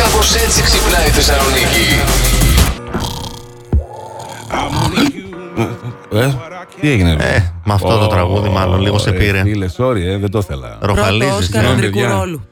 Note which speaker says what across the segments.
Speaker 1: Κάπως έτσι ξυπνάει η Θεσσαλονίκη.
Speaker 2: Ε, τι έγινε, ρε.
Speaker 3: Ε, με αυτό το
Speaker 2: Ω,
Speaker 3: τραγούδι μάλλον λίγο σε
Speaker 2: ε,
Speaker 3: πήρε.
Speaker 2: Φίλε, sorry, ε, δεν το ήθελα.
Speaker 4: Πρώτο
Speaker 3: Ροχαλίζεις.
Speaker 4: Όσκαρ
Speaker 2: συγγνώμη,
Speaker 3: ναι.
Speaker 4: ανδρικού
Speaker 2: παιδιά.
Speaker 4: ρόλου.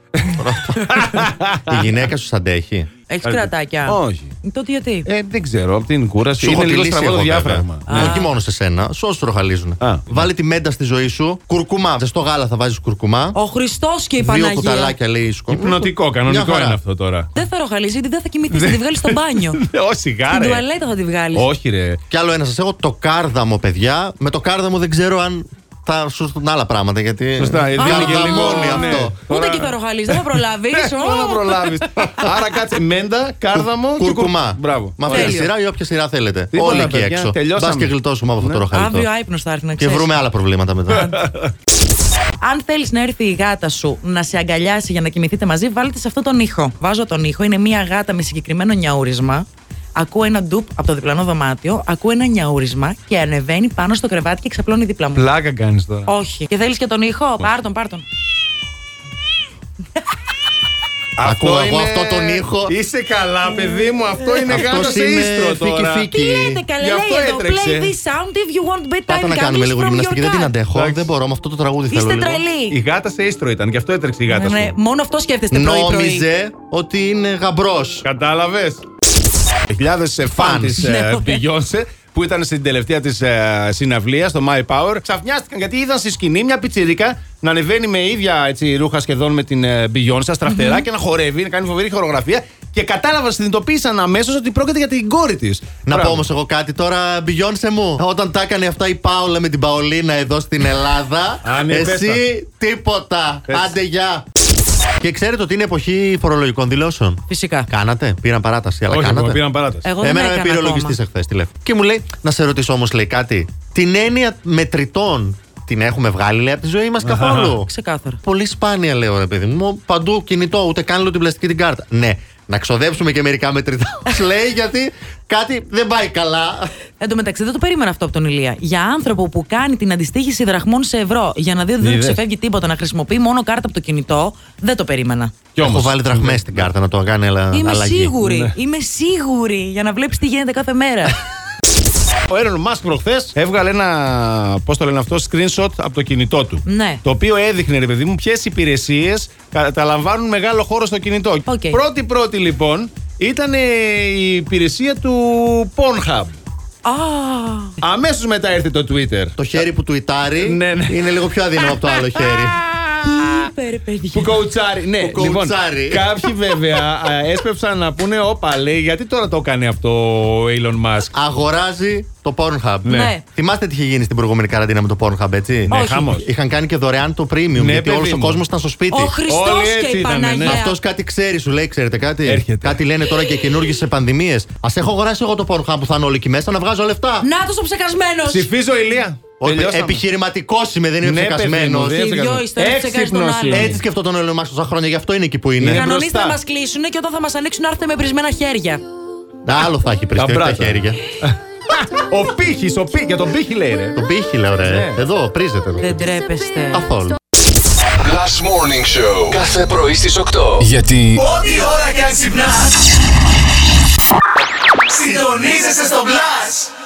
Speaker 3: Η γυναίκα σου σ' αντέχει.
Speaker 4: Έχεις κρατάκια.
Speaker 2: Όχι.
Speaker 4: Τότε γιατί.
Speaker 2: Ε, δεν ξέρω, από την κούραση.
Speaker 3: Σου έχω
Speaker 2: είναι λίγο
Speaker 3: τη λύση
Speaker 2: στραβό το
Speaker 3: εγώ,
Speaker 2: διάφραγμα. Ναι.
Speaker 3: βέβαια. Όχι μόνο σε σένα, σε όσους το ροχαλίζουν.
Speaker 2: Α.
Speaker 3: Βάλει τη μέντα στη ζωή σου, κουρκουμά. Στο γάλα θα βάζεις κουρκουμά.
Speaker 4: Ο Χριστός και η
Speaker 3: Δύο
Speaker 4: Παναγία.
Speaker 3: κουταλάκια λέει η σκοπή.
Speaker 2: Υπνοτικό,
Speaker 3: Μια
Speaker 2: κανονικό
Speaker 3: χαρά.
Speaker 2: είναι αυτό τώρα.
Speaker 4: Δεν θα ροχαλίσει, γιατί δεν θα κοιμηθείς.
Speaker 3: Ναι.
Speaker 4: Θα τη βγάλεις στο μπάνιο.
Speaker 2: Ε, Όχι,
Speaker 4: Την
Speaker 2: γάρε.
Speaker 4: τουαλέτα θα τη βγάλεις.
Speaker 2: Όχι, ρε.
Speaker 3: Κι άλλο ένα σας έχω, το κάρδαμο, παιδιά. Με το κάρδαμο δεν ξέρω αν θα σου έρθουν άλλα πράγματα. Γιατί.
Speaker 2: Σωστά, ε, δίνει και λίγο.
Speaker 3: Καρδαμόνι αυτό.
Speaker 4: ναι.
Speaker 3: Ναι,
Speaker 4: Ούτε εκεί θα ροχαλίσει, δεν θα προλάβεις.
Speaker 2: Πώ να προλάβεις. Άρα κάτσε μέντα, κάρδαμο. και
Speaker 3: Κουρκουμά.
Speaker 2: κου- Μπράβο.
Speaker 3: Με αυτή τη
Speaker 4: Τέλειο.
Speaker 3: σειρά ή όποια σειρά θέλετε.
Speaker 2: Τίποτα,
Speaker 3: Όλοι εκεί
Speaker 2: παιδιά,
Speaker 3: έξω.
Speaker 2: τελειώσαμε.
Speaker 3: Μπας και γλιτώσουμε από αυτό
Speaker 4: Ναι.
Speaker 3: το ροχαλιτό.
Speaker 4: Αύριο άϊπνος θα έρθει να
Speaker 3: Και
Speaker 4: ξέρεις.
Speaker 3: βρούμε άλλα προβλήματα μετά.
Speaker 4: Αν θέλεις να έρθει η γάτα σου να σε αγκαλιάσει για να κοιμηθείτε μαζί, βάλτε σε αυτόν τον ήχο. Βάζω τον ήχο, είναι μία γάτα με συγκεκριμένο νιαούρισμα. Ακούω ένα ντουπ από το διπλανό δωμάτιο, ακούω ένα νιαούρισμα και ανεβαίνει πάνω στο κρεβάτι και ξαπλώνει δίπλα μου.
Speaker 2: Πλάκα κάνεις τώρα.
Speaker 4: Όχι. Και θέλεις και τον ήχο, πάρ τον, πάρ τον.
Speaker 3: Ακούω εγώ αυτό τον ήχο.
Speaker 2: Είσαι καλά, παιδί μου, αυτό είναι
Speaker 3: Αυτός
Speaker 2: γάλα σε
Speaker 3: είναι
Speaker 2: ίστρο τώρα.
Speaker 3: φίκι-φίκι.
Speaker 4: Τι λέτε, καλέ,
Speaker 2: Γι'
Speaker 4: λέει
Speaker 2: αυτό
Speaker 4: εδώ.
Speaker 2: έτρεξε.
Speaker 4: Play this sound if you want bedtime.
Speaker 3: Πάτα να κάνουμε
Speaker 4: gummies
Speaker 3: λίγο
Speaker 4: from
Speaker 3: γυμναστική.
Speaker 4: your
Speaker 3: Δεν την
Speaker 4: cat.
Speaker 3: αντέχω.
Speaker 2: Εντάξει.
Speaker 3: Δεν μπορώ. Με αυτό το τραγούδι θέλω
Speaker 4: Είστε
Speaker 3: λίγο.
Speaker 2: Η
Speaker 4: τρελοί.
Speaker 2: γάτα σε ίστρο ήταν, γι' αυτό έτρεξε η γάτας
Speaker 4: Ναι,
Speaker 2: σου.
Speaker 4: μόνο αυτό σκέφτεστε πρωί-πρωί.
Speaker 3: Νόμιζε ότι είναι γαμπρός.
Speaker 2: Κατάλαβες. Χιλιάδε φαν
Speaker 3: Fans.
Speaker 2: ε, τη
Speaker 4: Ναι.
Speaker 2: Beyoncé που ήταν στην τελευταία της συναυλία στο My Power ξαφνιάστηκαν γιατί είδαν στη σκηνή μια πιτσιρίκα να ανεβαίνει με ίδια έτσι, ρούχα σχεδόν με την ε, Beyoncé στραφτερά και να χορεύει, να κάνει φοβερή χορογραφία και κατάλαβαν, συνειδητοποίησαν αμέσως ότι πρόκειται για την κόρη της.
Speaker 3: Να πω όμως εγώ κάτι τώρα, μπιγιόνσε μου. Όταν τα έκανε αυτά η Πάολα με την Παολίνα εδώ στην Ελλάδα,
Speaker 2: Άντε,
Speaker 4: ναι,
Speaker 3: εσύ τίποτα.
Speaker 2: Πες.
Speaker 3: Άντε γεια. Και ξέρετε ότι είναι εποχή φορολογικών δηλώσεων.
Speaker 4: Φυσικά.
Speaker 3: Κάνατε, πήραν παράταση, αλλά
Speaker 2: Όχι, ακόμα,
Speaker 3: κάνατε.
Speaker 2: πήραν παράταση.
Speaker 4: Εγώ δεν
Speaker 3: Εμένα με
Speaker 4: έκανα
Speaker 3: πήρε ο
Speaker 4: ακόμα.
Speaker 3: λογιστή εχθέ τηλέφωνο. Και μου λέει, να σε ρωτήσω όμως, λέει κάτι. Την έννοια μετρητών την έχουμε βγάλει, λέει, από τη ζωή μας καθόλου.
Speaker 4: Ξεκάθαρα.
Speaker 3: Πολύ σπάνια, λέω ρε παιδί μου. Παντού κινητό, ούτε καν λέω την πλαστική την κάρτα. Ναι, να ξοδέψουμε και μερικά μετρητά. λέει, γιατί κάτι δεν πάει καλά.
Speaker 4: Εν τω μεταξύ, δεν το περίμενα αυτό από τον Ηλία. Για άνθρωπο που κάνει την αντιστοίχηση δραχμών σε ευρώ για να δει ότι δεν του
Speaker 2: Είδες.
Speaker 4: ξεφεύγει τίποτα, να χρησιμοποιεί μόνο κάρτα από το κινητό, δεν το περίμενα.
Speaker 2: Κι
Speaker 3: Έχω
Speaker 2: όμως. Ναι.
Speaker 3: βάλει δραχμές στην κάρτα να το κάνει αλλά,
Speaker 4: Είμαι
Speaker 3: αλλαγή.
Speaker 4: σίγουρη. Είμαι σίγουρη για να βλέπεις τι γίνεται κάθε μέρα.
Speaker 2: Ο Έρον Μάσκ προχθές έβγαλε ένα, πώς το λένε αυτό, screenshot από το κινητό του.
Speaker 4: Ναι.
Speaker 2: Το οποίο έδειχνε, ρε παιδί μου, ποιες υπηρεσίες καταλαμβάνουν μεγάλο χώρο στο κινητό.
Speaker 4: Οκ.
Speaker 2: Πρώτη-πρώτη λοιπόν ήταν ε, η υπηρεσία του Pornhub.
Speaker 4: Α,
Speaker 2: Αμέσως μετά ήρθε το Twitter.
Speaker 3: Το χέρι που του ιτάρει
Speaker 2: Ναι, ναι.
Speaker 3: είναι λίγο πιο αδύναμο από το άλλο χέρι.
Speaker 4: υπέρ, παιδιά.
Speaker 2: Που κοουτσάρει. Ναι,
Speaker 3: Που κοουτσάρει.
Speaker 2: Λοιπόν, κάποιοι βέβαια α, έσπευσαν να πούνε, όπα λέει, γιατί τώρα το κάνει αυτό ο Elon Musk.
Speaker 3: Αγοράζει το Pornhub.
Speaker 4: Ναι.
Speaker 3: Θυμάστε τι είχε γίνει στην προηγούμενη καραντίνα με το Pornhub, έτσι.
Speaker 2: Ναι,
Speaker 4: Όχι.
Speaker 2: χάμος.
Speaker 3: Είχαν κάνει και δωρεάν το premium
Speaker 2: Ναι,
Speaker 3: γιατί
Speaker 2: παιδί
Speaker 3: όλος ο
Speaker 2: μου.
Speaker 3: κόσμος ήταν στο σπίτι.
Speaker 4: Ο Χριστός
Speaker 2: Όλοι
Speaker 4: και
Speaker 2: έτσι
Speaker 4: η
Speaker 2: ήτανε, ναι.
Speaker 4: Παναγία.
Speaker 3: Αυτός κάτι ξέρει, σου λέει, ξέρετε κάτι.
Speaker 2: Έρχεται.
Speaker 3: Κάτι λένε τώρα και καινούργιες σε πανδημίε. Ας έχω αγοράσει εγώ το Pornhub που θα είναι όλοι εκεί μέσα να βγάζω λεφτά.
Speaker 4: Να το ο ψεκασμένος.
Speaker 2: Ψηφίζω ηλία.
Speaker 3: Όχι,
Speaker 2: Τελειώσαμε.
Speaker 3: Επιχειρηματικός είμαι, δεν είμαι
Speaker 2: Ναι, παιδί μου,
Speaker 3: ψεκασμένο.
Speaker 2: δεν είναι
Speaker 4: Οι δυο
Speaker 2: ψεκασμένος.
Speaker 4: ιστορίες ψεκάζει τον
Speaker 2: Έξυπνος
Speaker 4: άλλον.
Speaker 2: είναι.
Speaker 3: Έτσι σκεφτόταν ο Έλληνα Μάξ τόσα χρόνια, γι' αυτό είναι εκεί που είναι.
Speaker 2: Είναι
Speaker 4: Κανονίστε να
Speaker 2: μπροστά.
Speaker 4: μας κλείσουν και όταν θα μας ανοίξουν, άρθετε με πρισμένα χέρια.
Speaker 3: Άλλο θα έχει πριστεί, όχι τα
Speaker 2: μπράτα.
Speaker 3: χέρια.
Speaker 4: Ναι.
Speaker 2: Ο πύχης, ο πύχη, για τον πύχη λέει ρε.
Speaker 3: Τον πύχη, λέω, ρε.
Speaker 2: Ναι.
Speaker 3: Εδώ, πρίζεται. εδώ.
Speaker 4: Δεν τρέπεστε.
Speaker 3: Καθόλου.
Speaker 1: Last Morning Show. Κάθε πρωί στις 8.
Speaker 5: Γιατί
Speaker 6: Ό,τι ώρα κι αν ξυπνάς Συντονίζεσαι στο Blast.